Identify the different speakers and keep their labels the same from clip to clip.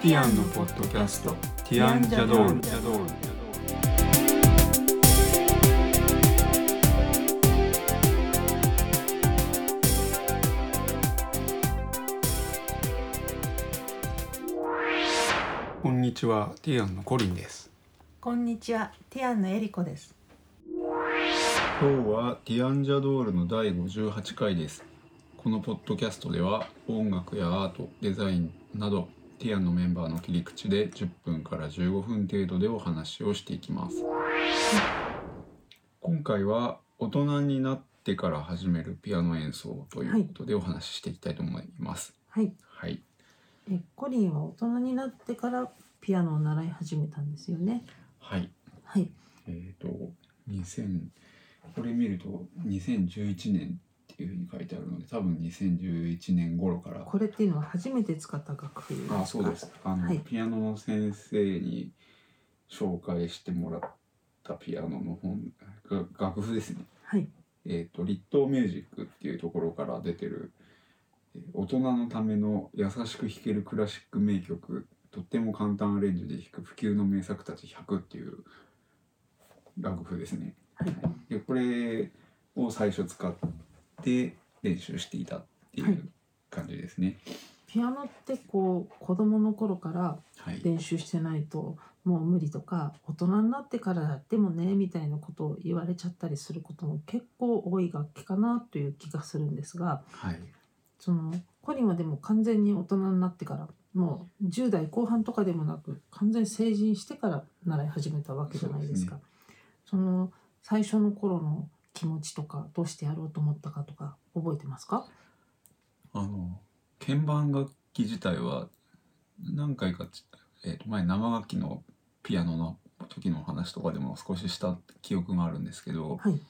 Speaker 1: ッドキャスト「ティアンジャドール」こんにちはティアンのコリンです
Speaker 2: こんにちは、ティアンのエリコです。
Speaker 1: 今日はディアンジャドールの第58回ですこのポッドキャストでは音楽やアートデザインなどティアンのメンバーの切り口で10分から15分程度でお話をしていきます今回は大人になってから始めるピアノ演奏ということでお話ししていきたいと思います
Speaker 2: はい、
Speaker 1: はい、
Speaker 2: え、コリンは大人になってからピアノを習い始めたんですよね。
Speaker 1: はい、
Speaker 2: はい、
Speaker 1: えっ、と2000これ見ると2011年っていうふうに書いてあるので多分2011年頃から
Speaker 2: これっていうのは初めて使った楽譜ですか。
Speaker 1: あそうです。あの、
Speaker 2: はい
Speaker 1: ピアノの先生に紹介してもらったピアノの本が楽譜ですね。
Speaker 2: はい、
Speaker 1: えっ、と立東ミュージックっていうところから出てるえー大人のための優しく弾けるクラシック名曲とっても簡単アレンジで弾く不朽の名作たち100っていう楽譜ですね。
Speaker 2: はい、
Speaker 1: でこれを最初使って練習していたってい
Speaker 2: はいう
Speaker 1: 感じですね。
Speaker 2: ピアノってこう子供の頃から
Speaker 1: はい。
Speaker 2: 練習してないともう無理とか、大人になってからやってもねみたいなことを言われちゃったりすることも結構多い楽器かなという気がするんですが、
Speaker 1: はい
Speaker 2: そのコリンはでも完全に大人になってからもう10代後半とかでもなく完全に成人してから習い始めたわけじゃないですかその最初の頃の気持ちとかどうしてやろうと思ったかとか覚えてますか
Speaker 1: あの鍵盤楽器自体は何回かち、えーと前生楽器のピアノの時の話とかでも少しした記憶があるんですけど
Speaker 2: はい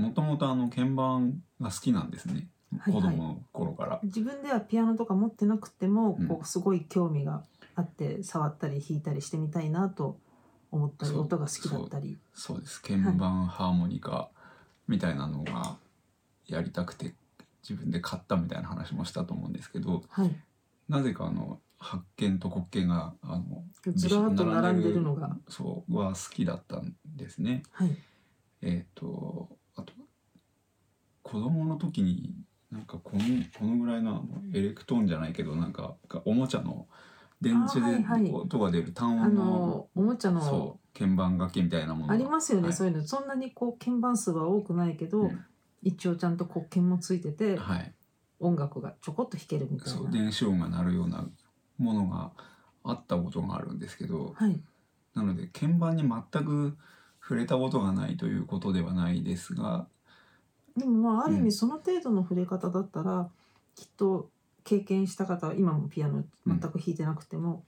Speaker 1: もともとあの鍵盤が好きなんですね、
Speaker 2: はいはい
Speaker 1: 子供の頃から。
Speaker 2: 自分ではピアノとか持ってなくても
Speaker 1: うん
Speaker 2: こうすごい興味があって触ったり弾いたりしてみたいなと思ったり
Speaker 1: そう
Speaker 2: 音が好きだったり
Speaker 1: そうです鍵盤ハーモニカみたいなのがやりたくて自分で買ったみたいな話もしたと思うんですけど
Speaker 2: はい
Speaker 1: なぜかあの発見と黒鍵があの
Speaker 2: ずらーっと並んでるのが
Speaker 1: そうは好きだったんですね。
Speaker 2: はい
Speaker 1: えっ、とあと子供の時になんかこのこのぐらいのあのエレクトーンじゃないけどなんかがおもちゃの電池
Speaker 2: あはいはい
Speaker 1: で音が出る単
Speaker 2: あ
Speaker 1: 音の
Speaker 2: のおもちゃの
Speaker 1: そう鍵盤楽器みたいなものが
Speaker 2: ありますよね、
Speaker 1: はい
Speaker 2: そういうのそんなにこう鍵盤数は多くないけど、
Speaker 1: うん
Speaker 2: 一応ちゃんとこう鍵もついてて
Speaker 1: はい
Speaker 2: 音楽がちょこっと弾けるみたい
Speaker 1: そう
Speaker 2: な
Speaker 1: 電子音が鳴るようなものがあったことがあるんですけど
Speaker 2: はい
Speaker 1: なので鍵盤に全く触れたことがないということではないですが
Speaker 2: でもまあある意
Speaker 1: うん
Speaker 2: 味その程度の触れ方だったら、きっと経験した方は今もピアノ全く弾いてなくても、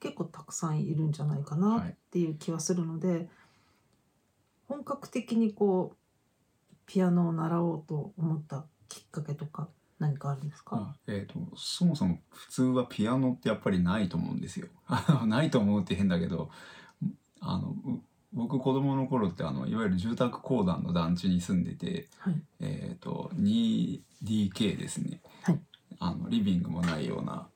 Speaker 2: 結構たくさんいるんじゃないかな
Speaker 1: は
Speaker 2: っ
Speaker 1: い
Speaker 2: ていう気はするので、本格的にこうピアノを習おうと思ったきっかけとか何かあるんですか、
Speaker 1: あえー、とそもそも普通はピアノってやっぱりないと思うんですよ。 あのないと思うって変だけどあのう僕子供の頃ってあのいわゆる住宅公団の団地に住んでて、
Speaker 2: はい
Speaker 1: えー、と 2DK ですね、
Speaker 2: はい
Speaker 1: あのリビングもないような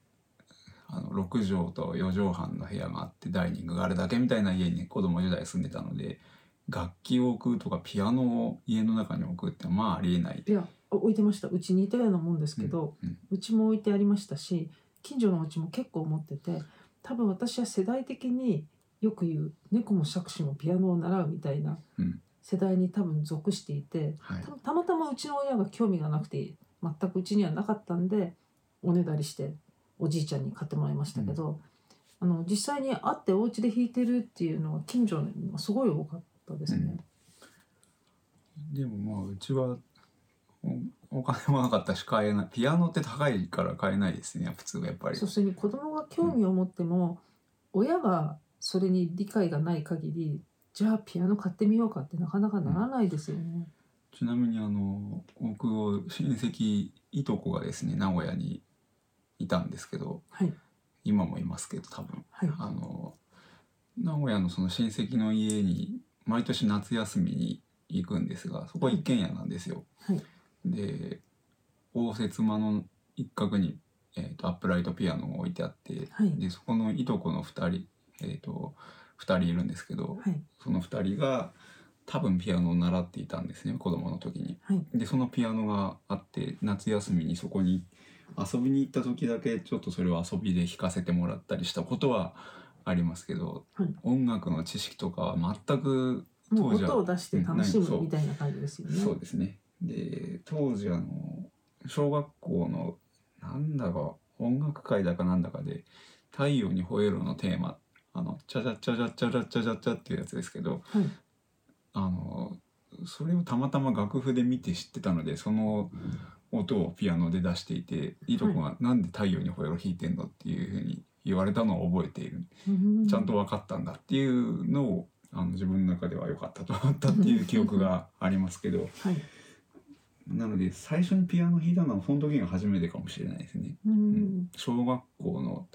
Speaker 1: あの6畳と4畳半の部屋があってダイニングがあるだけみたいな家に子供時代住んでたので楽器を置くとかピアノを家の中に置くってまあありえない
Speaker 2: いやあ置いてましたうちにいたようなもんですけど、
Speaker 1: うんうん
Speaker 2: うちも置いてありましたし近所のうちも結構持ってて多分私は世代的によく言う猫も杓子もピアノを習うみたいな
Speaker 1: うん
Speaker 2: 世代に多分属していて
Speaker 1: はい
Speaker 2: たたまたまうちの親が興味がなくて全くうちにはなかったんでおねだりしておじいちゃんに買ってもらいましたけど、あの実際に会ってお家で弾いてるっていうのは近所にもすごい多かったですね。
Speaker 1: でもまあうちはおお金もなかったし買えないピアノって高いから買えないですね普通はやっぱり
Speaker 2: そうするに子供が興味を持っても、親がそれに理解がない限りじゃあピアノ買ってみようかってなかなかならないですよね。
Speaker 1: ちなみにあの僕を親戚いとこがですね名古屋にいたんですけど
Speaker 2: はい
Speaker 1: 今もいますけど多分
Speaker 2: はい
Speaker 1: あの名古屋のその親戚の家に毎年夏休みに行くんですがそこは一軒家なんですよ。
Speaker 2: はい
Speaker 1: で応接間の一角にえーとアップライトピアノが置いてあって
Speaker 2: はい
Speaker 1: でそこのいとこの2人、えー、と2人いるんですけど
Speaker 2: はい
Speaker 1: その2人が多分ピアノを習っていたんですね子供の時に。
Speaker 2: はい
Speaker 1: でそのピアノがあって夏休みにそこに遊びに行った時だけちょっとそれを遊びで弾かせてもらったりしたことはありますけど、
Speaker 2: はい
Speaker 1: 音楽の知識とかは全く
Speaker 2: もう
Speaker 1: 当時は
Speaker 2: 音を出して楽し
Speaker 1: うんないそ
Speaker 2: む
Speaker 1: う
Speaker 2: みたいな感じですよね。
Speaker 1: そうですね。で当時あの小学校のなんだか音楽会だかなんだかで「太陽にほえろ」のテーマあの「チャチャチャチャチャチャチャチャチャ」っていうやつですけど
Speaker 2: はい
Speaker 1: あのそれをたまたま楽譜で見て知ってたのでその音をピアノで出していていとこが「なんで太陽にほえろ弾いてんの?」っていうふうに言われたのを覚えている
Speaker 2: うん
Speaker 1: ちゃんと分かったんだっていうのをあの自分の中では良かったと思ったっていう記憶がありますけど。
Speaker 2: はい
Speaker 1: なので最初にピアノ弾いたのはその時が初めてかもしれないですね。
Speaker 2: う
Speaker 1: うん
Speaker 2: ん
Speaker 1: 小学校の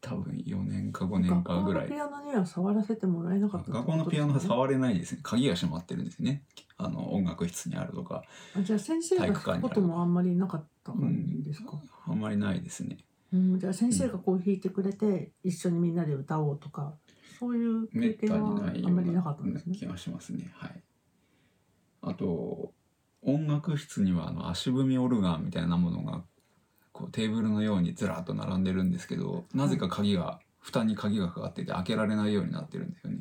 Speaker 1: 多分4年か5年
Speaker 2: 学
Speaker 1: か
Speaker 2: 校
Speaker 1: ぐら
Speaker 2: の
Speaker 1: い。
Speaker 2: ピアノには触らせてもらえなかったって
Speaker 1: 学
Speaker 2: こと
Speaker 1: 校のピアノは
Speaker 2: ですね
Speaker 1: 触れないですね。鍵が閉まってるんですね。あの音楽室にあるとか、
Speaker 2: あじゃあ先生が弾くこともあんまりなかった感じですか、
Speaker 1: あんまりないですね。
Speaker 2: うんじゃあ先生がこう弾いてくれて一緒にみんなで歌おうとかそういう
Speaker 1: め
Speaker 2: 経
Speaker 1: ったに
Speaker 2: 験は
Speaker 1: ない
Speaker 2: あ
Speaker 1: よ
Speaker 2: んまり
Speaker 1: う
Speaker 2: なかったん
Speaker 1: な
Speaker 2: ですね
Speaker 1: 気。がしますね。はい。あと音楽室にはあの足踏みオルガンみたいなものがこうテーブルのようにずらっと並んでるんですけど、なぜか鍵が蓋に鍵がかかってて開けられないようになってるんですよね。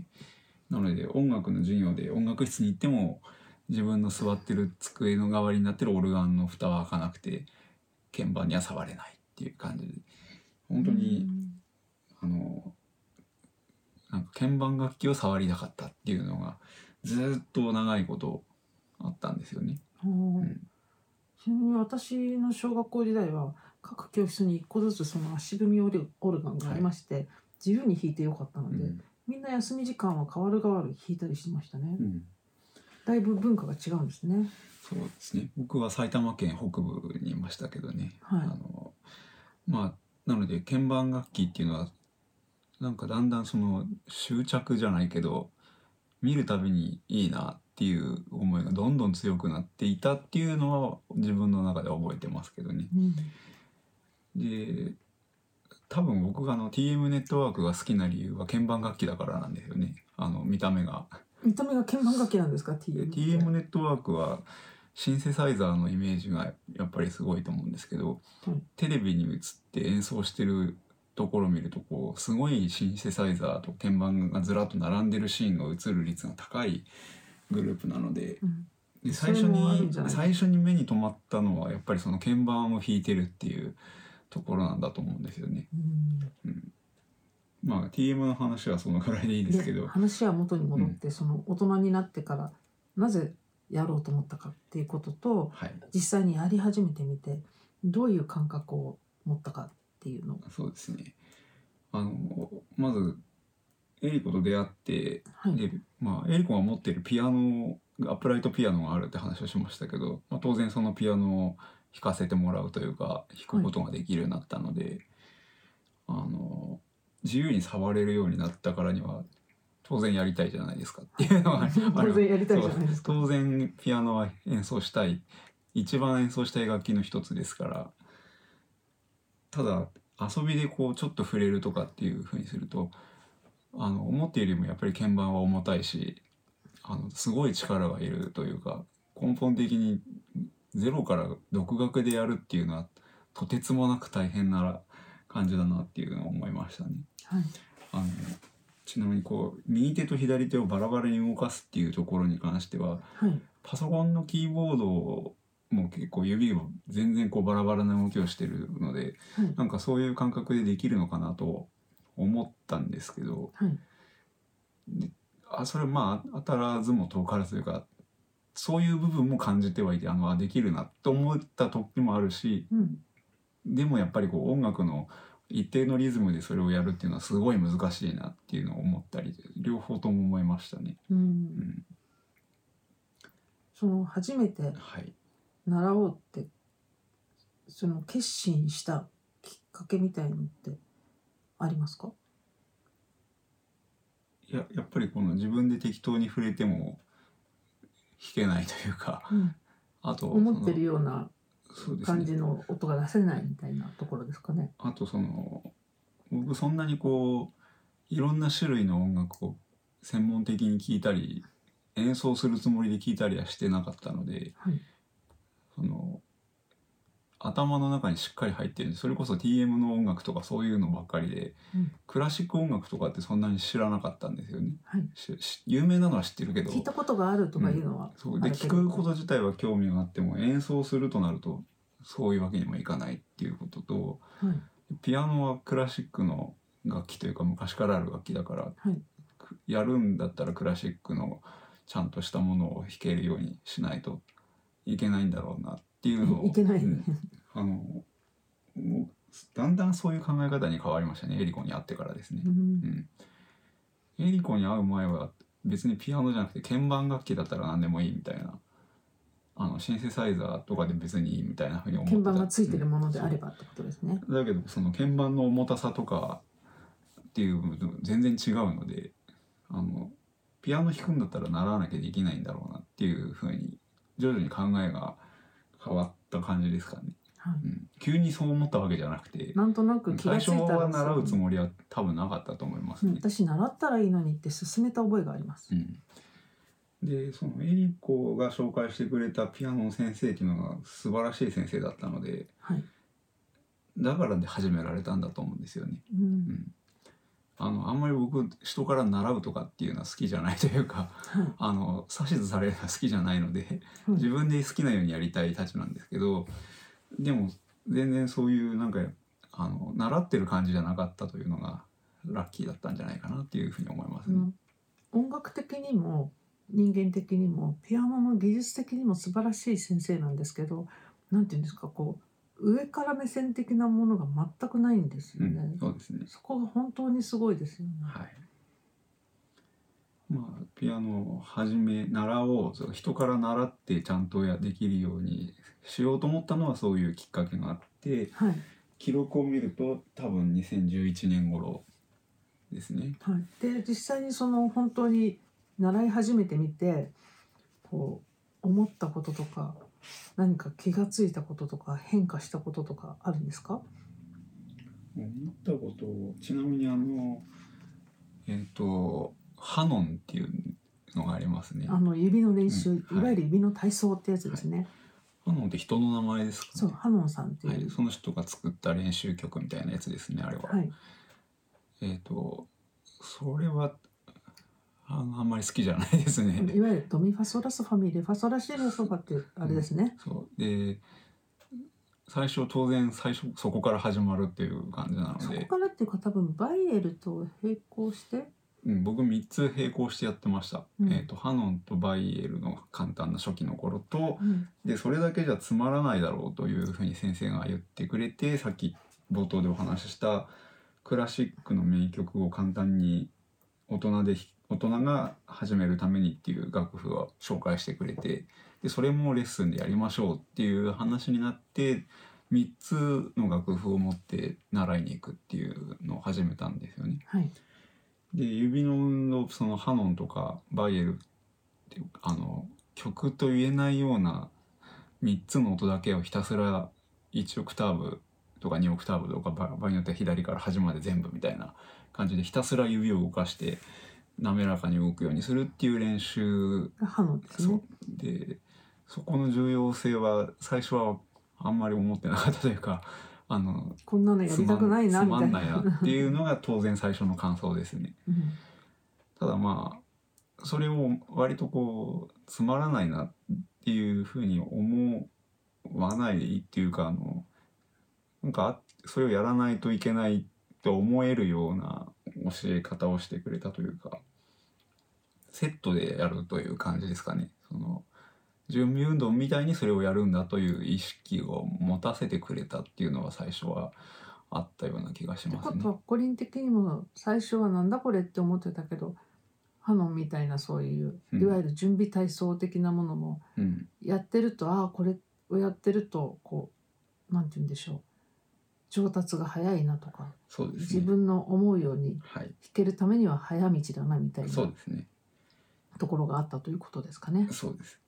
Speaker 1: なので音楽の授業で音楽室に行っても自分の座ってる机の代わりになってるオルガンの蓋は開かなくて鍵盤には触れないっていう感じで本当にあのなんか鍵盤楽器を触りたかったっていうのがずーっと長いことあったんですよね。
Speaker 2: うん
Speaker 1: う
Speaker 2: うんんちなみに私の小学校時代は各教室に1個ずつその足踏みオルオルガンがありまして、自由に弾いてよかったの
Speaker 1: う
Speaker 2: で、
Speaker 1: ん
Speaker 2: みんな休み時間は変わる変わる弾いたりしてましたね。
Speaker 1: うん
Speaker 2: だいぶ文化が違うんですね。
Speaker 1: そうですね僕は埼玉県北部にいましたけどね、
Speaker 2: はい
Speaker 1: あのまあなので鍵盤楽器っていうのはなんかだんだんその執着じゃないけど見るたびにいいなっていう思いがどんどん強くなっていたっていうのは自分の中で覚えてますけどね。
Speaker 2: うん
Speaker 1: で多分僕があの TM ネットワークが好きな理由は鍵盤楽器だからなんですよねあの見た目が。
Speaker 2: 見た目が鍵盤楽器なんですか
Speaker 1: で
Speaker 2: TM って
Speaker 1: TM ネットワークはシンセサイザーのイメージがやっぱりすごいと思うんですけど、
Speaker 2: はい
Speaker 1: テレビに映って演奏してるところを見るとこうすごいシンセサイザーと鍵盤がずらっと並んでるシーンが映る率が高いグループなので
Speaker 2: うん
Speaker 1: で
Speaker 2: そ
Speaker 1: 最
Speaker 2: れ
Speaker 1: 初
Speaker 2: もある
Speaker 1: に
Speaker 2: んじゃない
Speaker 1: 最初に目に留まったのはやっぱりその鍵盤を弾いてるっていうところなんだと思うんですよね。
Speaker 2: うん
Speaker 1: まあ TM の話はそのくらいでいいですけ
Speaker 2: で
Speaker 1: ど、
Speaker 2: 話は元に戻って、その大人になってからなぜやろうと思ったかっていうことと
Speaker 1: はい、
Speaker 2: 実際にやり始めてみてどういう感覚を持ったかっていうのを
Speaker 1: そうですね。あのまずエリコと出会って、
Speaker 2: はい
Speaker 1: でまあエリコが持ってるピアノアップライトピアノがあるって話をしましたけど、まあ、当然そのピアノを弾かせてもらうというか弾くことができるようになったので、あの自由に触れるようになったからには当然やりたいじゃないですかっていうのがあります
Speaker 2: 当然やりたいじゃないですか。
Speaker 1: 当然ピアノは演奏したい一番演奏したい楽器の一つですからただ遊びでこうちょっと触れるとかっていうふうにするとあの思っているよりもやっぱり鍵盤は重たいしあのすごい力がいるというか根本的にゼロから独学でやるっていうのはとてつもなく大変な感じだなっていうのを思いましたね。
Speaker 2: はい
Speaker 1: あのちなみにこう右手と左手をバラバラに動かすっていうところに関しては
Speaker 2: はい
Speaker 1: パソコンのキーボードも結構指を全然こうバラバラな動きをしてるので
Speaker 2: はい
Speaker 1: なんかそういう感覚でできるのかなと思ったんですけど
Speaker 2: はい
Speaker 1: あそれまあ当たらずも遠からずというかそういう部分も感じてはいてあのあできるなと思った時もあるし
Speaker 2: うん
Speaker 1: でもやっぱりこう音楽の一定のリズムでそれをやるっていうのはすごい難しいなっていうのを思ったり両方とも思いましたね。
Speaker 2: う、
Speaker 1: うんん、
Speaker 2: その初めて
Speaker 1: はい、
Speaker 2: 習おうってその決心したきっかけみたいのってありますか、
Speaker 1: いややっぱりこの自分で適当に触れても弾けないというか
Speaker 2: うん、
Speaker 1: あと
Speaker 2: 思ってる
Speaker 1: その
Speaker 2: ような
Speaker 1: そうです
Speaker 2: 感
Speaker 1: ね
Speaker 2: じの音が出せないみたいなところですかね。
Speaker 1: あとその僕そんなにこういろんな種類の音楽を専門的に聴いたり演奏するつもりで聴いたりはしてなかったので
Speaker 2: はい、
Speaker 1: その頭の中にしっかり入ってるんでそれこそ TM の音楽とかそういうのばっかりで、
Speaker 2: うん
Speaker 1: クラシック音楽とかってそんなに知らなかったんですよね。
Speaker 2: はい、
Speaker 1: しし有名なのは知ってるけど
Speaker 2: 聞いたことがあるとかいうのは、
Speaker 1: そうで
Speaker 2: あるけ
Speaker 1: 聞
Speaker 2: ど
Speaker 1: くこと自体は興味があっても演奏するとなるとそういうわけにもいかないっていうことと。
Speaker 2: はい
Speaker 1: ピアノはクラシックの楽器というか昔からある楽器だから、
Speaker 2: はい
Speaker 1: くやるんだったらクラシックのちゃんとしたものを弾けるようにしないといけないんだろうなっていうのを
Speaker 2: いけない、
Speaker 1: うんあのもうだんだんそういう考え方に変わりましたねエリコに会ってからですね
Speaker 2: う。ん
Speaker 1: うん、エリコに会う前は別にピアノじゃなくて鍵盤楽器だったら何でもいいみたいなあのシンセサイザーとかで別にいいみたいなふうに思ってた
Speaker 2: 鍵盤がついてるものであ
Speaker 1: うん
Speaker 2: ればってことですね。
Speaker 1: だけどその鍵盤の重たさとかっていう部分全然違うのであのピアノ弾くんだったら習わなきゃできないんだろうなっていうふうに徐々に考えが変わった感じですかね、
Speaker 2: はい
Speaker 1: うん、急にそう思ったわけじゃなくて
Speaker 2: なんとなく気が
Speaker 1: 最
Speaker 2: つい
Speaker 1: 初
Speaker 2: たら
Speaker 1: は習うつ
Speaker 2: り、
Speaker 1: もりは多分なかったと思います
Speaker 2: うん
Speaker 1: ね。
Speaker 2: 私習ったらいいのにって勧めた覚えがあります。
Speaker 1: うんでそのエリコが紹介してくれたピアノの先生っていうのが素晴らしい先生だったので
Speaker 2: はい。
Speaker 1: だからで始められたんだと思うんですよね。
Speaker 2: うん。
Speaker 1: うんあのあんまり僕人から習うとかっていうのは好きじゃないというか
Speaker 2: はい。
Speaker 1: あの指図されるのは好きじゃないので
Speaker 2: うん
Speaker 1: 自分で好きなようにやりたいたちなんですけどでも全然そういうなんかあの習ってる感じじゃなかったというのがラッキーだったんじゃないかなっていうふうに思います
Speaker 2: う
Speaker 1: ね。
Speaker 2: ん音楽的にも人間的にもピアノの技術的にも素晴らしい先生なんですけど、なんていうんですかこう上から目線的なものが全くないんです
Speaker 1: う
Speaker 2: よ
Speaker 1: ん
Speaker 2: ね。
Speaker 1: そうですね、
Speaker 2: そこが本当にすごいですよね。
Speaker 1: はいまあ、ピアノを始め習おうその人から習ってちゃんとやできるようにしようと思ったのはそういうきっかけがあって、
Speaker 2: はい。
Speaker 1: 記録を見ると多分2011年頃ですね。
Speaker 2: はい、で実際にその本当に習い始めてみてこう思ったこととか何か気がついたこととか変化したこととかあるんですか、
Speaker 1: 思ったことをちなみにあのえっ、とハノンっていうのがありますね。
Speaker 2: あ
Speaker 1: ハ
Speaker 2: の指の練習、
Speaker 1: うんはい
Speaker 2: い、わゆる指の体操ってやつですね、
Speaker 1: ノンって人の名前ですか
Speaker 2: そう
Speaker 1: ね。
Speaker 2: ハノンさんって
Speaker 1: はいい、
Speaker 2: う、
Speaker 1: その人が作った練習曲みたいなやつですねあれは。
Speaker 2: はい
Speaker 1: えっ、とそれはあのあんまり好きじゃないですね。
Speaker 2: い、わゆるドミファソラソファミレファソラシレソファってあれですね、
Speaker 1: そうで最初当然最初そこから始まるっていう感じなので。
Speaker 2: そこからっていうか多分バイエルと並行して
Speaker 1: うん、僕3つ並行してやってました、
Speaker 2: うん
Speaker 1: えっ、とハノンとバイエルの簡単な初期の頃と
Speaker 2: うん
Speaker 1: でそれだけじゃつまらないだろうというふうに先生が言ってくれてさっき冒頭でお話ししたクラシックの名曲を簡単に大人で弾大人が始めるためにっていう楽譜を紹介してくれてでそれもレッスンでやりましょうっていう話になって3つの楽譜を持って習いに行くっていうのを始めたんですよね。
Speaker 2: はい
Speaker 1: で指の運動そのハノンとかバイエルっていうあの曲と言えないような3つの音だけをひたすら1オクターブとか2オクターブとかば場合によっては左から端まで全部みたいな感じでひたすら指を動かして滑らかに動くようにするっていう練習
Speaker 2: がハノンです
Speaker 1: そ
Speaker 2: ね
Speaker 1: うでそこの重要性は最初はあんまり思ってなかったというかあの
Speaker 2: こんなのやりたくないな
Speaker 1: つ
Speaker 2: み
Speaker 1: ま
Speaker 2: た
Speaker 1: ん
Speaker 2: い
Speaker 1: つま
Speaker 2: なん
Speaker 1: ないなっていうのが当然最初の感想ですね。
Speaker 2: うん
Speaker 1: ただまあそれを割とこうつまらないなっていうふうに思わないっていうかあのなんかあそれをやらないといけないって思えるような教え方をしてくれたというかセットでやるという感じですかね。その準備運動みたいにそれをやるんだという意識を持たせてくれたっていうのは最初はあったような気がし
Speaker 2: って
Speaker 1: ま
Speaker 2: こ
Speaker 1: すね
Speaker 2: と。は個人的にも最初はなんだこれって思ってたけどハノンみたいなそういう
Speaker 1: うん
Speaker 2: いわゆる準備体操的なものも
Speaker 1: うん、
Speaker 2: やってると、ああこれをやってるとこうなんて言うんでしょう上達が早いなとか
Speaker 1: そうです
Speaker 2: 自
Speaker 1: ね。
Speaker 2: 分の思うように
Speaker 1: はい、
Speaker 2: 弾けるためには早道だなみたい
Speaker 1: そう
Speaker 2: な
Speaker 1: ですね。
Speaker 2: ところがあったということですかね。
Speaker 1: そうです。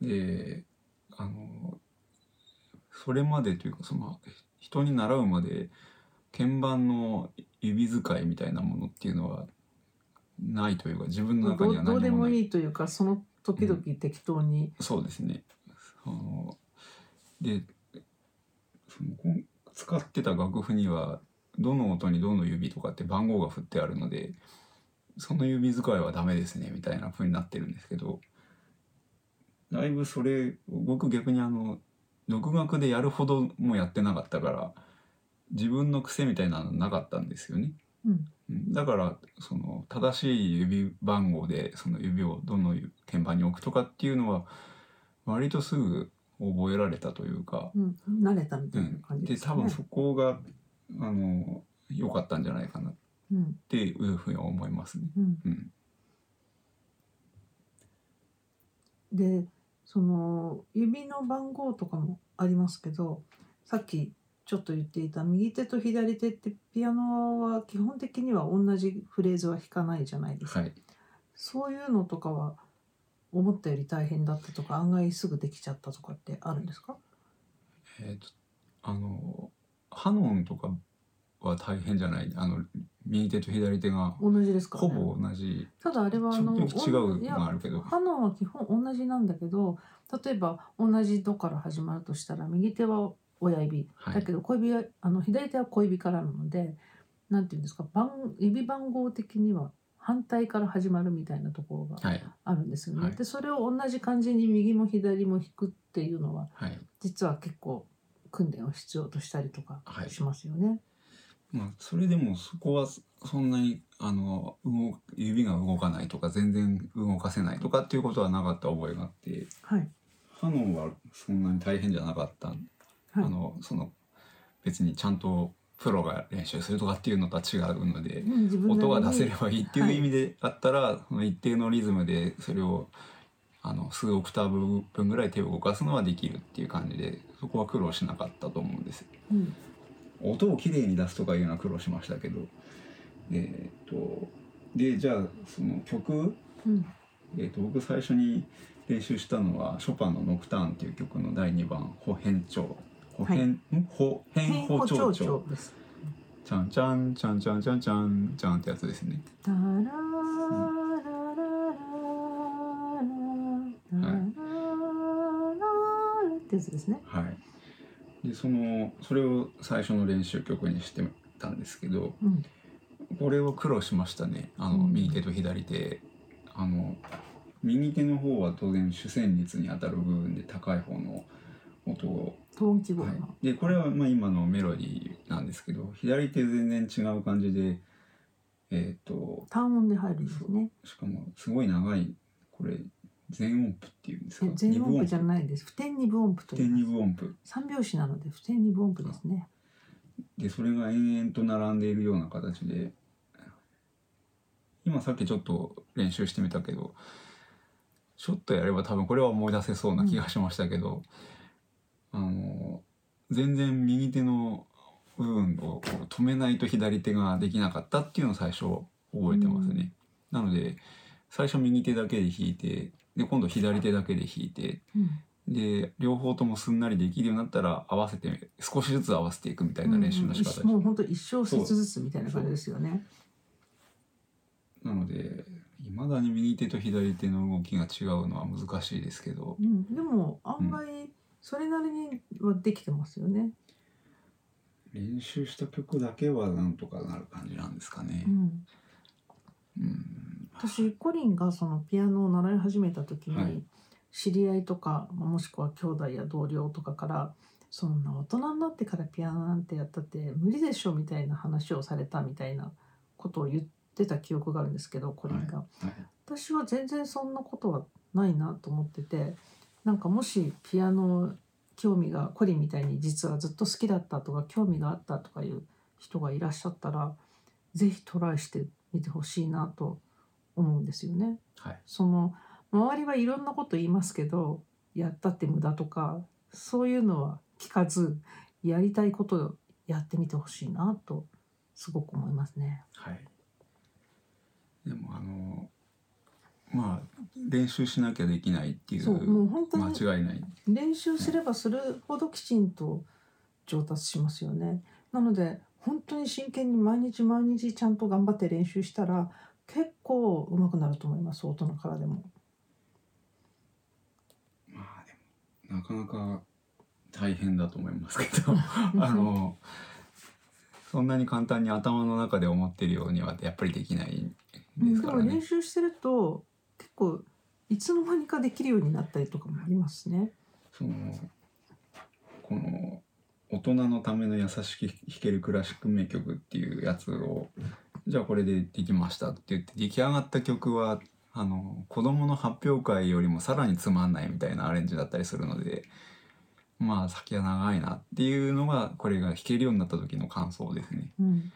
Speaker 1: で、あの、それまでというかその人に習うまで鍵盤の指使いみたいなものっていうのはないというか自分の
Speaker 2: もう
Speaker 1: 中
Speaker 2: ど
Speaker 1: には
Speaker 2: う
Speaker 1: 何も
Speaker 2: どう
Speaker 1: ない
Speaker 2: でもいいというかその時々適当に、
Speaker 1: そうですね。あのでそのこん使ってた楽譜にはどの音にどの指とかって番号が振ってあるのでその指使いはダメですねみたいな風になってるんですけどだいぶそれ僕逆にあの独学でやるほどもやってなかったから自分の癖みたいなのなかったんですよね。
Speaker 2: うん
Speaker 1: うんだからその正しい指番号でその指をどの鍵盤に置くとかっていうのは割とすぐ覚えられたというか、
Speaker 2: うん慣れたみ
Speaker 1: う
Speaker 2: たいなん感じ
Speaker 1: で
Speaker 2: ですね。
Speaker 1: 多分そこがあの良かったんじゃないかなっ
Speaker 2: うん
Speaker 1: ていうふうには思いますね。
Speaker 2: うん
Speaker 1: うん、
Speaker 2: でその指の番号とかもありますけどさっきちょっと言っていた右手と左手ってピアノは基本的には同じフレーズは弾かないじゃないですか、
Speaker 1: はい
Speaker 2: そういうのとかは思ったより大変だったとか案外すぐできちゃったとかってあるんですか
Speaker 1: えーとあのハノンとかは大変じゃないあの右手と左手が
Speaker 2: 同じですか、ね、
Speaker 1: ほぼ同じ、
Speaker 2: ただあれは
Speaker 1: ち
Speaker 2: あの
Speaker 1: ょっと違う
Speaker 2: い
Speaker 1: の
Speaker 2: や
Speaker 1: があるけど
Speaker 2: ハノンは基本同じなんだけど例えば同じ「ド」から始まるとしたら右手は親指、
Speaker 1: はい
Speaker 2: だけど小指はあの左手は小指からなのでなんていうんですか番指番号的には反対から始まるみたいなところが
Speaker 1: はい
Speaker 2: あるんですよね。
Speaker 1: はい
Speaker 2: でそれを同じ感じに右も左も弾くっていうのは
Speaker 1: はい
Speaker 2: 実は結構訓練を必要としたりとか
Speaker 1: はい
Speaker 2: しますよね。
Speaker 1: まあ、それでもそこはそそんなにあの動指が動かないとか全然動かせないとかっていうことはなかった覚えがあって
Speaker 2: はい、
Speaker 1: ハノンはそんなに大変じゃなかった、
Speaker 2: はい
Speaker 1: あのその別にちゃんとプロが練習するとかっていうのとは違うので
Speaker 2: うん自分なりに
Speaker 1: 音が出せればいいってい
Speaker 2: は
Speaker 1: う
Speaker 2: い
Speaker 1: 意味であったら、その一定のリズムでそれをあの数オクターブ分ぐらい手を動かすのはできるっていう感じでそこは苦労しなかったと思うんです。
Speaker 2: うん
Speaker 1: 音をきれいに出すとかいうのは苦労しましたけどえーっとでじゃあその曲、
Speaker 2: うん
Speaker 1: えーっと僕最初に練習したのはショパンの「ノクターン」っていう曲の第2番「歩変調」歩変、ん歩変歩
Speaker 2: 変
Speaker 1: 調
Speaker 2: 歩
Speaker 1: 調
Speaker 2: 調調です。
Speaker 1: ちゃんちゃんちゃんちゃんちゃんちゃんちゃんってやつですね
Speaker 2: タラララララララララってやつですね。
Speaker 1: はいでそのそれを最初の練習曲にしてたんですけど
Speaker 2: うん、
Speaker 1: これは苦労しましたねあの、
Speaker 2: うん
Speaker 1: 右手と左手あの右手の方は当然主旋律に当たる部分で高い方の音を、
Speaker 2: トーン記号
Speaker 1: は
Speaker 2: の、
Speaker 1: い、でこれはまあ今のメロディーなんですけど左手全然違う感じでえっ、と
Speaker 2: 単音で入るんですね。
Speaker 1: しかもすごい長いこれ全音符っていうんですか
Speaker 2: 全音符じゃ
Speaker 1: い
Speaker 2: ないです。不点二分音符と言い
Speaker 1: 二
Speaker 2: ます。
Speaker 1: 分音符
Speaker 2: 三拍子なので不点二分音符ですね。
Speaker 1: でそれが延々と並んでいるような形で今さっきちょっと練習してみたけどちょっとやれば多分これは思い出せそうな気がしましたけど、あの全然右手の部分をこう止めないと左手ができなかったっていうのを最初覚えてますね。なので最初右手だけで弾いてで今度左手だけで弾いて
Speaker 2: うん
Speaker 1: で両方ともすんなりできるようになったら合わせて少しずつ合わせていくみたいな練習の仕方で
Speaker 2: もう本当一小節ずつみたいな感じですよね。
Speaker 1: なのでいまだに右手と左手の動きが違うのは難しいですけど
Speaker 2: うん、でも案外それなりにはできてますよね。
Speaker 1: 練習した曲だけはなんとかなる感じなんですかね
Speaker 2: う。ん、
Speaker 1: うん
Speaker 2: 私コリンがそのピアノを習い始めた時に、
Speaker 1: はい
Speaker 2: 知り合いとかもしくは兄弟や同僚とかからそんな大人になってからピアノなんてやったって無理でしょみたいな話をされたみたいなことを言ってた記憶があるんですけどコリンが、
Speaker 1: はい
Speaker 2: 私は全然そんなことはないなと思っててなんかもしピアノ興味がコリンみたいに実はずっと好きだったとか興味があったとかいう人がいらっしゃったら是非トライしてみてほしいなと思うんですよね。
Speaker 1: はい
Speaker 2: その周りはいろんなこと言いますけどやったって無駄とかそういうのは聞かずやりたいことをやってみてほしいなとすごく思いますね。
Speaker 1: はい、でもあのまあ練習しなきゃできないってい
Speaker 2: そう
Speaker 1: う
Speaker 2: もう本当
Speaker 1: 間
Speaker 2: に
Speaker 1: 違いない
Speaker 2: 練習すればするほどきちんと上達しますよね。なので本当に真剣に毎日毎日ちゃんと頑張って練習したら結構上手くなると思います大人からでも。
Speaker 1: まあでもなかなか大変だと思いますけどあのそんなに簡単に頭の中で思ってるようにはやっぱりできないで
Speaker 2: です
Speaker 1: か
Speaker 2: も
Speaker 1: らね
Speaker 2: 練。習してると結構いつの間にかできるようになったりとかもありますね。
Speaker 1: そのこの大人のための優しく弾けるクラシック名曲っていうやつをじゃあこれでできましたって言って出来上がった曲はあの子供の発表会よりもさらにつまんないみたいなアレンジだったりするのでまあ先は長いなっていうのがこれが弾けるようになった時の感想ですね。
Speaker 2: うん、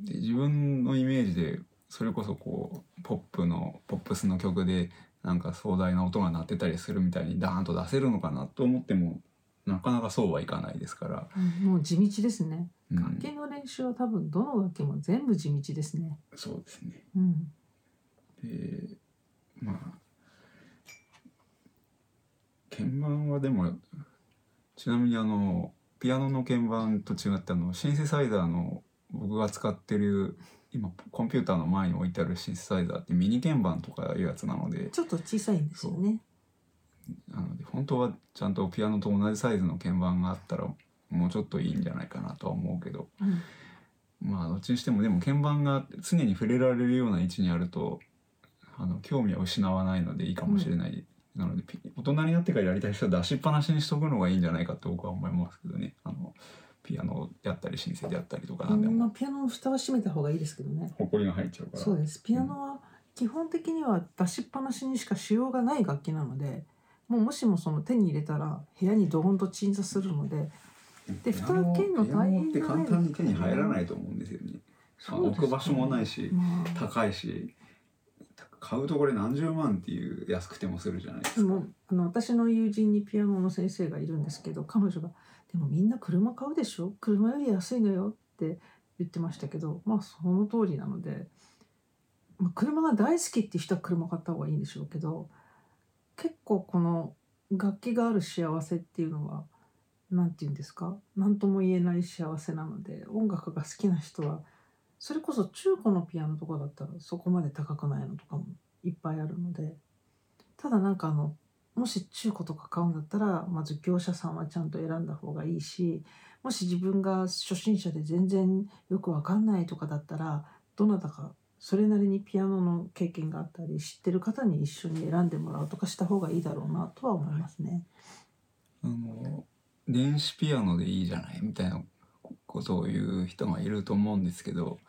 Speaker 1: で自分のイメージでそれこそこうポップのポップスの曲でなんか壮大な音が鳴ってたりするみたいにダーンと出せるのかなと思ってもなかなかそうはいかないですから、
Speaker 2: もう地道ですね。
Speaker 1: うん
Speaker 2: 楽器の練習は多分どの楽器も全部地道ですね。
Speaker 1: そうですね。
Speaker 2: うん、
Speaker 1: でまあ鍵盤はでもちなみにあのピアノの鍵盤と違ってあのシンセサイザーの僕が使ってる今コンピューターの前に置いてあるシンセサイザーってミニ鍵盤とかいうやつなので
Speaker 2: ちょっと小さいんですよね。
Speaker 1: なので本当はちゃんとピアノと同じサイズの鍵盤があったらもうちょっといいんじゃないかなとは思うけど
Speaker 2: うん
Speaker 1: まあどっちにしてもでも鍵盤が常に触れられるような位置にあるとあの興味は失わないのでいいかもしれない、なのでピ大人になってからやりたい人は出しっぱなしにしとくのがいいんじゃないかって僕は思いますけどねあのピアノやったりシンセでやったりとかなんで
Speaker 2: まあ
Speaker 1: も
Speaker 2: ピアノの蓋は閉めた方がいいですけどね。
Speaker 1: 埃が入っちゃうから
Speaker 2: そうです。ピアノは基本的には出しっぱなしにしかしようがない楽器なので、もうもしもその手に入れたら部屋にドーンと鎮座するので、で
Speaker 1: ピアノ
Speaker 2: 蓋開けんの大
Speaker 1: ピ
Speaker 2: 変じ
Speaker 1: ア
Speaker 2: ゃ
Speaker 1: ノって
Speaker 2: な
Speaker 1: 簡
Speaker 2: い
Speaker 1: 単に手に入らないと思うんですよね
Speaker 2: そうです
Speaker 1: 置く場所もないし
Speaker 2: まあ
Speaker 1: 高いし買うとこれ何十万っていう安くてもするじゃないです
Speaker 2: で
Speaker 1: か、
Speaker 2: もあの私の友人にピアノの先生がいるんですけど彼女が「でもみんな車買うでしょ車より安いのよ」って言ってましたけどまあその通りなので、まあ、車が大好きって人は車買った方がいいんでしょうけど結構この楽器がある幸せっていうのは何て言うんですか何とも言えない幸せなので音楽が好きな人はそれこそ中古のピアノとかだったらそこまで高くないのとかもいっぱいあるので。ただなんかあのもし中古とか買うんだったらまず業者さんはちゃんと選んだ方がいいしもし自分が初心者で全然よくわかんないとかだったらどなたかそれなりにピアノの経験があったり知ってる方に一緒に選んでもらうとかした方がいいだろうなとは思いますね。
Speaker 1: あの電子ピアノでいいじゃないみたいなことを言う人がいると思うんですけど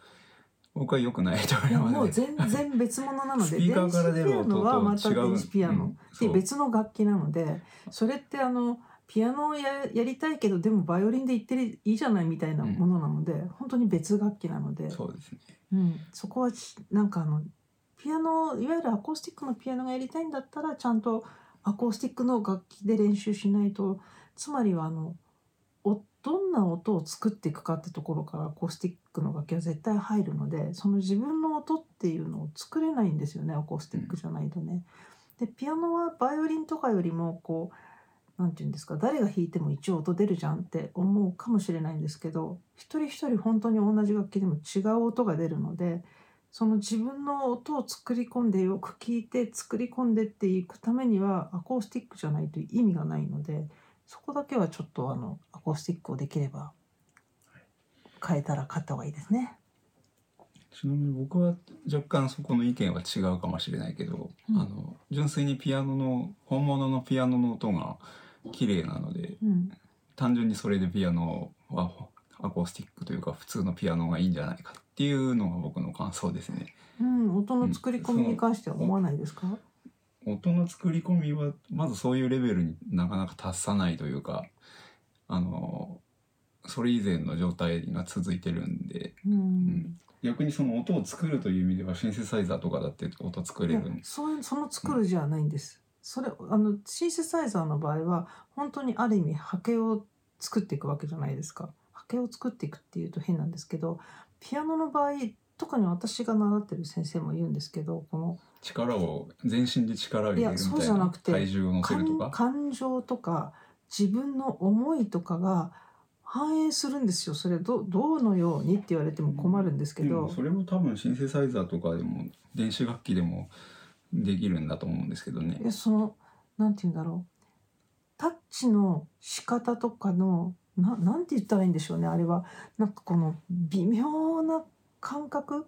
Speaker 1: 僕は良くないと思
Speaker 2: い
Speaker 1: い
Speaker 2: や
Speaker 1: ます、ね、
Speaker 2: もう全然別物なの
Speaker 1: ス
Speaker 2: で
Speaker 1: ピーカ
Speaker 2: 電
Speaker 1: ー
Speaker 2: 子
Speaker 1: から出
Speaker 2: ピ
Speaker 1: る
Speaker 2: ア
Speaker 1: 音
Speaker 2: ノはま
Speaker 1: と
Speaker 2: た
Speaker 1: 違う
Speaker 2: 電子ピア
Speaker 1: う
Speaker 2: ノ
Speaker 1: んそ
Speaker 2: で
Speaker 1: う
Speaker 2: 別の楽器なのでそれってあのピアノをややりたいけどでもバイオリンで言ってりいいじゃないみたいなものなので、本当に別楽器なので
Speaker 1: そうですね
Speaker 2: うん、そこはしなんかあのピアノいわゆるアコースティックのピアノがやりたいんだったらちゃんとアコースティックの楽器で練習しないとつまりはあのおどんな音を作っていくかってところからアコースティックの楽器は絶対入るのでその自分の音っていうのを作れないんですよねアコースティックじゃないとね。でピアノはバイオリンとかよりもこうなんていうんですか誰が弾いても一応音出るじゃんって思うかもしれないんですけど一人一人本当に同じ楽器でも違う音が出るのでその自分の音を作り込んでよく聞いて作り込んでっていくためにはアコースティックじゃないと意味がないのでそこだけはちょっとあのアコースティックをできれば変えたら買った方がいいですね。
Speaker 1: ちなみに僕は若干そこの意見は違うかもしれないけど、
Speaker 2: うん
Speaker 1: あの純粋にピアノの本物のピアノの音が綺麗なので
Speaker 2: うん、
Speaker 1: 単純にそれでピアノはアコースティックというか普通のピアノがいいんじゃないかっていうのが僕の感想ですね。
Speaker 2: うん、音の作り込みに関しては思わないですか、
Speaker 1: 音の作り込みはまずそういうレベルになかなか達さないというかあのそれ以前の状態が続いてるんで
Speaker 2: うん
Speaker 1: ん逆にその音を作るという意味ではシンセサイザーとかだって音作
Speaker 2: い
Speaker 1: れ
Speaker 2: や
Speaker 1: るん
Speaker 2: そういうその作るじゃないんです。それあのシンセサイザーの場合は本当にある意味波形を作っていくわけじゃないですか。波形を作っていくっていうと変なんですけどピアノの場合特に私が習ってる先生も言うんですけどこの
Speaker 1: 力を全身で力を入れる
Speaker 2: いや
Speaker 1: み
Speaker 2: そう
Speaker 1: た
Speaker 2: じ
Speaker 1: い
Speaker 2: ゃな
Speaker 1: な
Speaker 2: くて
Speaker 1: 体重を乗せると
Speaker 2: 感
Speaker 1: か
Speaker 2: 感情とか自分の思いとかが反映するんですよそれどどのようにって言われても困るんですけ
Speaker 1: で
Speaker 2: ど、
Speaker 1: もそれも多分シンセサイザーとかでも電子楽器でもできるんだと思うんですけどね
Speaker 2: えそのなんて言うんだろうタッチの仕方とかのななんて言ったらいいんでしょうねあれはなんかこの微妙な感覚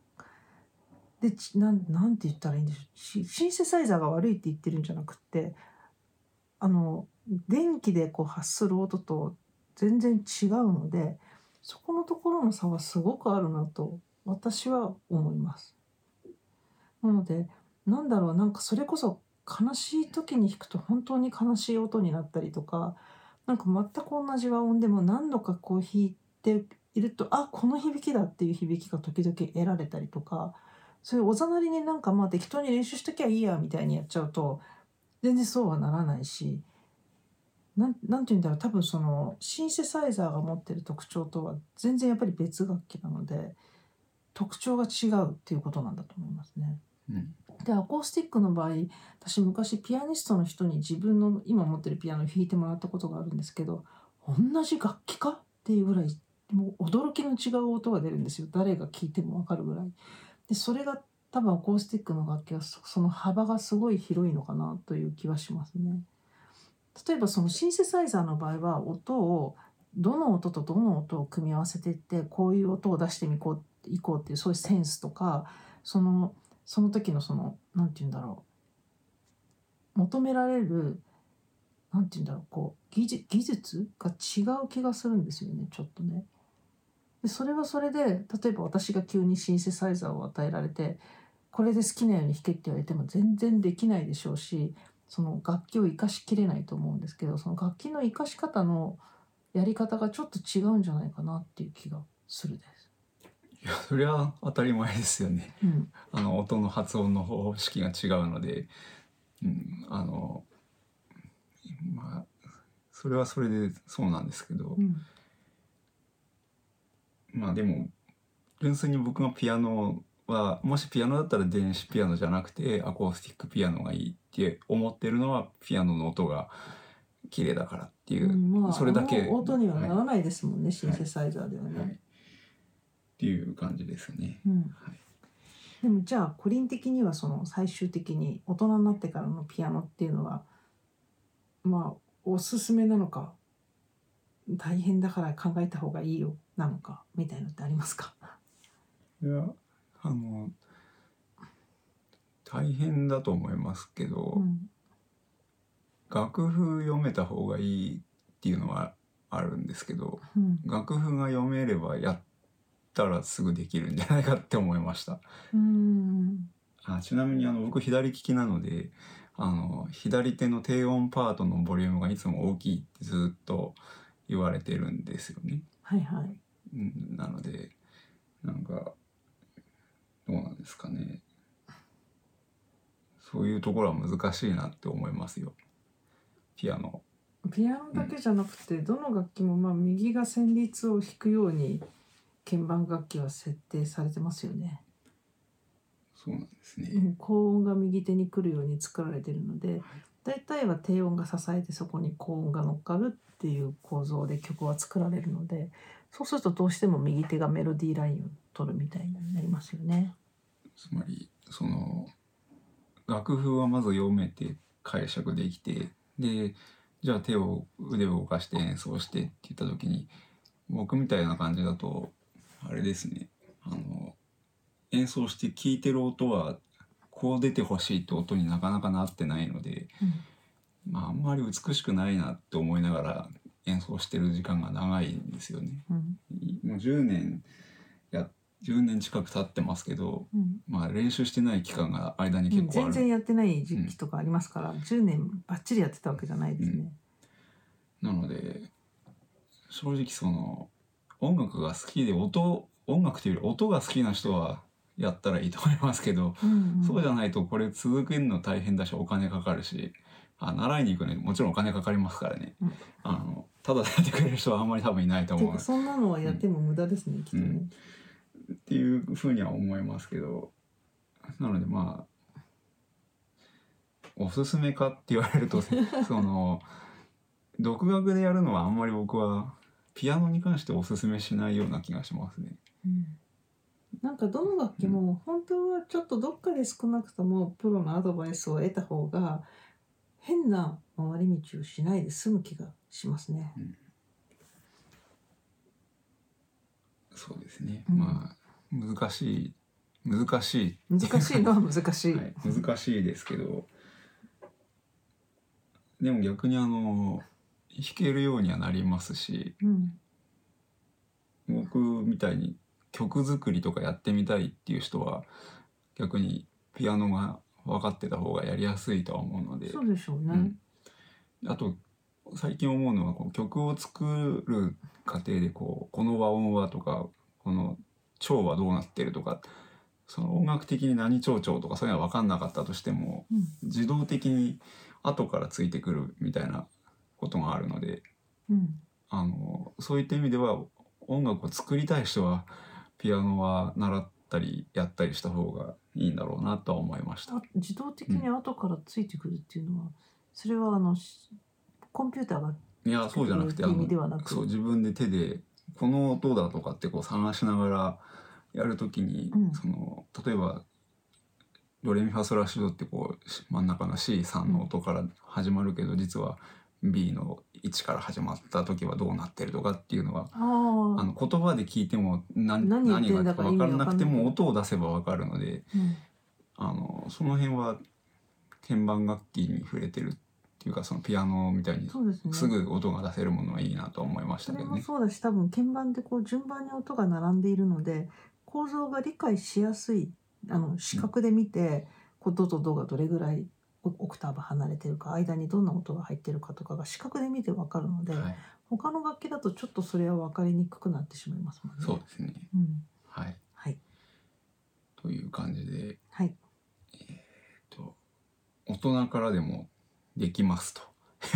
Speaker 2: でちなんなんて言ったらいいんでしょうシシンセサイザーが悪いって言ってるんじゃなくってあの電気でこう発する音と全然違うのでそこのところの差はすごくあるなと私は思います。なのでなんだろうなんかそれこそ悲しい時に弾くと本当に悲しい音になったりとかなんか全く同じ和音でも何度かこう弾いているとあこの響きだっていう響きが時々得られたりとかそういうおざなりになんかまあ適当に練習しときゃいいやみたいにやっちゃうと全然そうはならないしなんなんて言うんだろう多分そのシンセサイザーが持ってる特徴とは全然やっぱり別楽器なので特徴が違うっていうことなんだと思いますね。
Speaker 1: うん
Speaker 2: でアコースティックの場合私昔ピアニストの人に自分の今持ってるピアノを弾いてもらったことがあるんですけど同じ楽器かっていうぐらいもう驚きの違う音が出るんですよ誰が聴いても分かるぐらい。でそれが多分アコースティックの楽器はそその幅がすごい広いのかなという気はしますね。例えばそのシンセサイザーの場合は音をどの音とどの音を組み合わせていってこういう音を出してみこういこうっていうそういうセンスとかそのその時のそのなんて言うんだろう求められるなんて言うんだろうこう技術技術が違う気がするんですよねちょっとね。でそれはそれで例えば私が急にシンセサイザーを与えられてこれで好きなように弾けって言われても全然できないでしょうしその楽器を生かしきれないと思うんですけどその楽器の生かし方のやり方がちょっと違うんじゃないかなっていう気がするです。
Speaker 1: いやそれは当たり前ですよね
Speaker 2: うん、
Speaker 1: あの音の発音の方式が違うので、うん、あのまあそれはそれでそうなんですけど
Speaker 2: う、ん
Speaker 1: まあでも純粋に僕がピアノはもしピアノだったら電子ピアノじゃなくてアコースティックピアノがいいって思ってるのはピアノの音が綺麗だからっていう、
Speaker 2: うんまあ、
Speaker 1: それだけ
Speaker 2: あの音にはな
Speaker 1: は
Speaker 2: らないですもんね、シンセサイザーではね、
Speaker 1: いはいっていう感じですね。
Speaker 2: うん
Speaker 1: はい
Speaker 2: でもじゃあ個人的にはその最終的に大人になってからのピアノっていうのはまあおすすめなのか大変だから考えた方がいいよなのかみたいなのってありますか、
Speaker 1: いやあの大変だと思いますけど、
Speaker 2: うん
Speaker 1: 楽譜読めた方がいいっていうのはあるんですけど
Speaker 2: うん
Speaker 1: 楽譜が読めればやったらすぐできるんじゃないかって思いました
Speaker 2: うん
Speaker 1: あちなみにあの僕左利きなのであの左手の低音パートのボリュームがいつも大きいってずっと言われてるんですよね、
Speaker 2: はいはい
Speaker 1: うん、なのでなんかどうなんですかねそういうところは難しいなって思いますよピアノ
Speaker 2: ピアノだけじゃなくて、どの楽器もまあ右が旋律を弾くように鍵盤楽器は設定されてますよね。
Speaker 1: そうなんですね。
Speaker 2: うん高音が右手に来るように作られてるので大体は低音が支えてそこに高音が乗っかるっていう構造で曲は作られるのでそうするとどうしても右手がメロディーラインを取るみたいになりますよね。
Speaker 1: つまりその楽譜はまず読めて解釈できてでじゃあ手を腕を動かして演奏してって言った時に僕みたいな感じだとあれですねあの演奏して聴いてる音はこう出てほしいって音になかなかなってないので、まあ、あんまり美しくないなって思いながら演奏してる時間が長いんですよね。
Speaker 2: うん
Speaker 1: もう10年や10年近く経ってますけど
Speaker 2: うん
Speaker 1: まあ練習してない期間が間に
Speaker 2: う
Speaker 1: 結
Speaker 2: ん、
Speaker 1: 構あ
Speaker 2: 全
Speaker 1: る、
Speaker 2: 然やってない時期とかありますから、10年ばっちりやってたわけじゃないですね。
Speaker 1: なので正直その音楽が好きで音音楽というより音が好きな人はやったらいいと思いますけど、
Speaker 2: うんうん
Speaker 1: そうじゃないとこれ続けるの大変だしお金かかるしあ習いに行くのにもちろんお金かかりますからね、
Speaker 2: うん
Speaker 1: あのただやってくれる人はあんまり多分いないと
Speaker 2: て
Speaker 1: 思
Speaker 2: か
Speaker 1: う
Speaker 2: そんなのはやっても無駄ですね、きっとね。
Speaker 1: っていうふうには思いますけどなのでまあおすすめかって言われる とその独学でやるのはあんまり僕はピアノに関しておすすめしないような気がしますね。
Speaker 2: うんなんかどの楽器も本当はちょっとどっかで少なくともプロのアドバイスを得た方が変な回り道をしないで済む気がしますね。
Speaker 1: そうですね、
Speaker 2: うん
Speaker 1: まあ難しい難しい
Speaker 2: 難しいのは難し い。
Speaker 1: はい、難しいですけどでも逆にあの弾けるようにはなりますし
Speaker 2: うん
Speaker 1: 僕みたいに曲作りとかやってみたいっていう人は逆にピアノが分かってた方がやりやすいとは思うので
Speaker 2: そうでしょう
Speaker 1: う
Speaker 2: ね
Speaker 1: ん。、あと最近思うのはこう曲を作る過程でこうこの和音はとかこの調はどうなってるとかその音楽的に何調調とかそういうのは分かんなかったとしても
Speaker 2: うん
Speaker 1: 自動的に後からついてくるみたいなことがあるので
Speaker 2: うん
Speaker 1: あのそういった意味では音楽を作りたい人はピアノは習ったりやったりした方がいいんだろうなとは思いました
Speaker 2: あ。自動的に後からついてくるっていうのは、それはあのしコンピューターが
Speaker 1: いやそうじゃなくてあ
Speaker 2: 意味
Speaker 1: の
Speaker 2: ではなく
Speaker 1: そう自分で手でこの音だとかってこう探しながらやるときに、
Speaker 2: うん
Speaker 1: その例えばドレミファソラシドってこうし真ん中の C3 の音から始まるけど、実は B の1から始まった時はどうなってるとかっていうのは、
Speaker 2: ああ
Speaker 1: あの言葉で聞いても何
Speaker 2: 何言ってん
Speaker 1: 何
Speaker 2: だ
Speaker 1: が
Speaker 2: か
Speaker 1: 分からなくて
Speaker 2: 意味
Speaker 1: も
Speaker 2: わ
Speaker 1: 音を出せば分かるので
Speaker 2: うん
Speaker 1: あのその辺は鍵盤楽器に触れてるっていうかそのピアノみたいに
Speaker 2: そうですね。
Speaker 1: すぐ音が出せるものはいいなと思いまし
Speaker 2: そ
Speaker 1: たけ
Speaker 2: れ
Speaker 1: ど
Speaker 2: も
Speaker 1: ね。
Speaker 2: そうだし多分鍵盤でこう順番に音が並んでいるので構造が理解しやすいあの視覚で見て、こうドとドがどれぐらいオオクターブ離れてるか間にどんな音が入ってるかとかが視覚で見てわかるので、
Speaker 1: はい、
Speaker 2: 他の楽器だとちょっとそれは分かりにくくなってしまいますもんね。
Speaker 1: そうですね。
Speaker 2: うん、
Speaker 1: はい、
Speaker 2: はい
Speaker 1: という感じで、えっ
Speaker 2: はい
Speaker 1: と、大人からでもできますと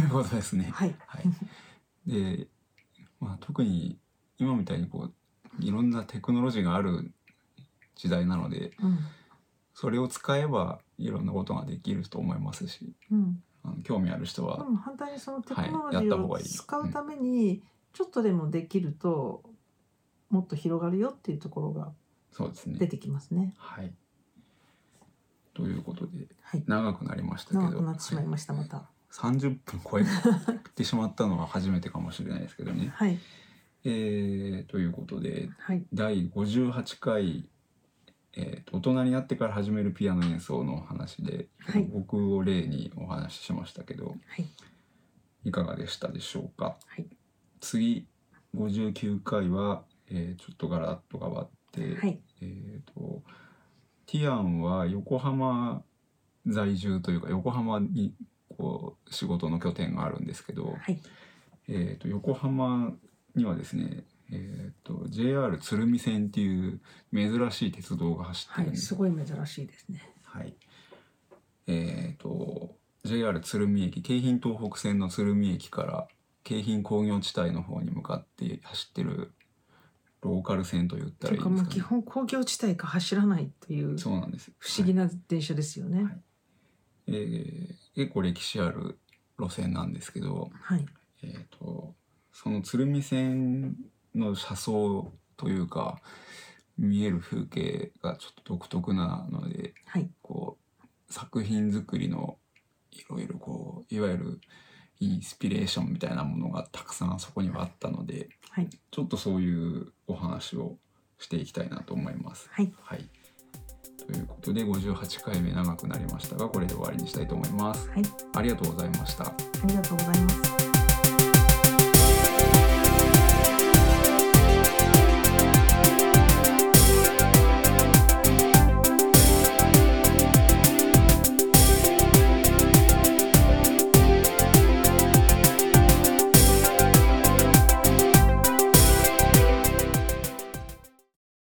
Speaker 1: いうことですね。
Speaker 2: はい
Speaker 1: はい。で、まあ、特に今みたいにこういろんなテクノロジーがある時代なので、
Speaker 2: うん
Speaker 1: それを使えばいろんなことができると思いますし、
Speaker 2: うん
Speaker 1: あの興味ある人は、
Speaker 2: うん、反対にそのテクノロジ
Speaker 1: はいやった
Speaker 2: ー
Speaker 1: 方
Speaker 2: を
Speaker 1: がいい
Speaker 2: 使うためにちょっとでもできるともっと広がるよっていうところが
Speaker 1: そうです
Speaker 2: 出
Speaker 1: ね。
Speaker 2: てきますね。
Speaker 1: はい。ということで
Speaker 2: はい、
Speaker 1: 長くなりましたけど、
Speaker 2: 長くなってしまいましたまた。
Speaker 1: 30分超えてしまったのは初めてかもしれないですけどね。
Speaker 2: はい
Speaker 1: えーということで
Speaker 2: はい
Speaker 1: 第58回、えーと大人になってから始めるピアノ演奏のお話で、
Speaker 2: はい
Speaker 1: 僕を例にお話ししましたけど
Speaker 2: はい
Speaker 1: いかがでしたでしょうか、
Speaker 2: はい
Speaker 1: 次59回は、えーちょっとガラッと変わって、
Speaker 2: はい
Speaker 1: えーとティアンは横浜在住というか横浜にこう仕事の拠点があるんですけど、
Speaker 2: はい
Speaker 1: えー、と横浜にはですね、えー、と JR 鶴見線っていう珍しい鉄道が走って
Speaker 2: は
Speaker 1: るん
Speaker 2: い
Speaker 1: ですす。
Speaker 2: ごい珍しいですね。
Speaker 1: はいえー、と JR 鶴見駅京浜東北線の鶴見駅から京浜工業地帯の方に向かって走ってるローカル線と言ったら
Speaker 2: とい
Speaker 1: いうい
Speaker 2: か
Speaker 1: で
Speaker 2: も
Speaker 1: す
Speaker 2: う
Speaker 1: か
Speaker 2: 基
Speaker 1: ね。
Speaker 2: 本工業地帯か走らないという
Speaker 1: そうなんです
Speaker 2: 不思議な電車ですよね
Speaker 1: は。いえー結構歴史ある路線なんですけど、
Speaker 2: はい
Speaker 1: えー、とその鶴見線の車窓というか見える風景がちょっと独特なので
Speaker 2: はい
Speaker 1: こう作品作りのいろいろこういわゆるインスピレーションみたいなものがたくさんそこにはあったので
Speaker 2: はい
Speaker 1: ちょっとそういうお話をしていきたいなと思います。
Speaker 2: はい
Speaker 1: はい、ということで58回目長くなりましたがこれで終わりにしたいと思います。
Speaker 2: はい
Speaker 1: ありがとうございました。
Speaker 2: ありがとうございました。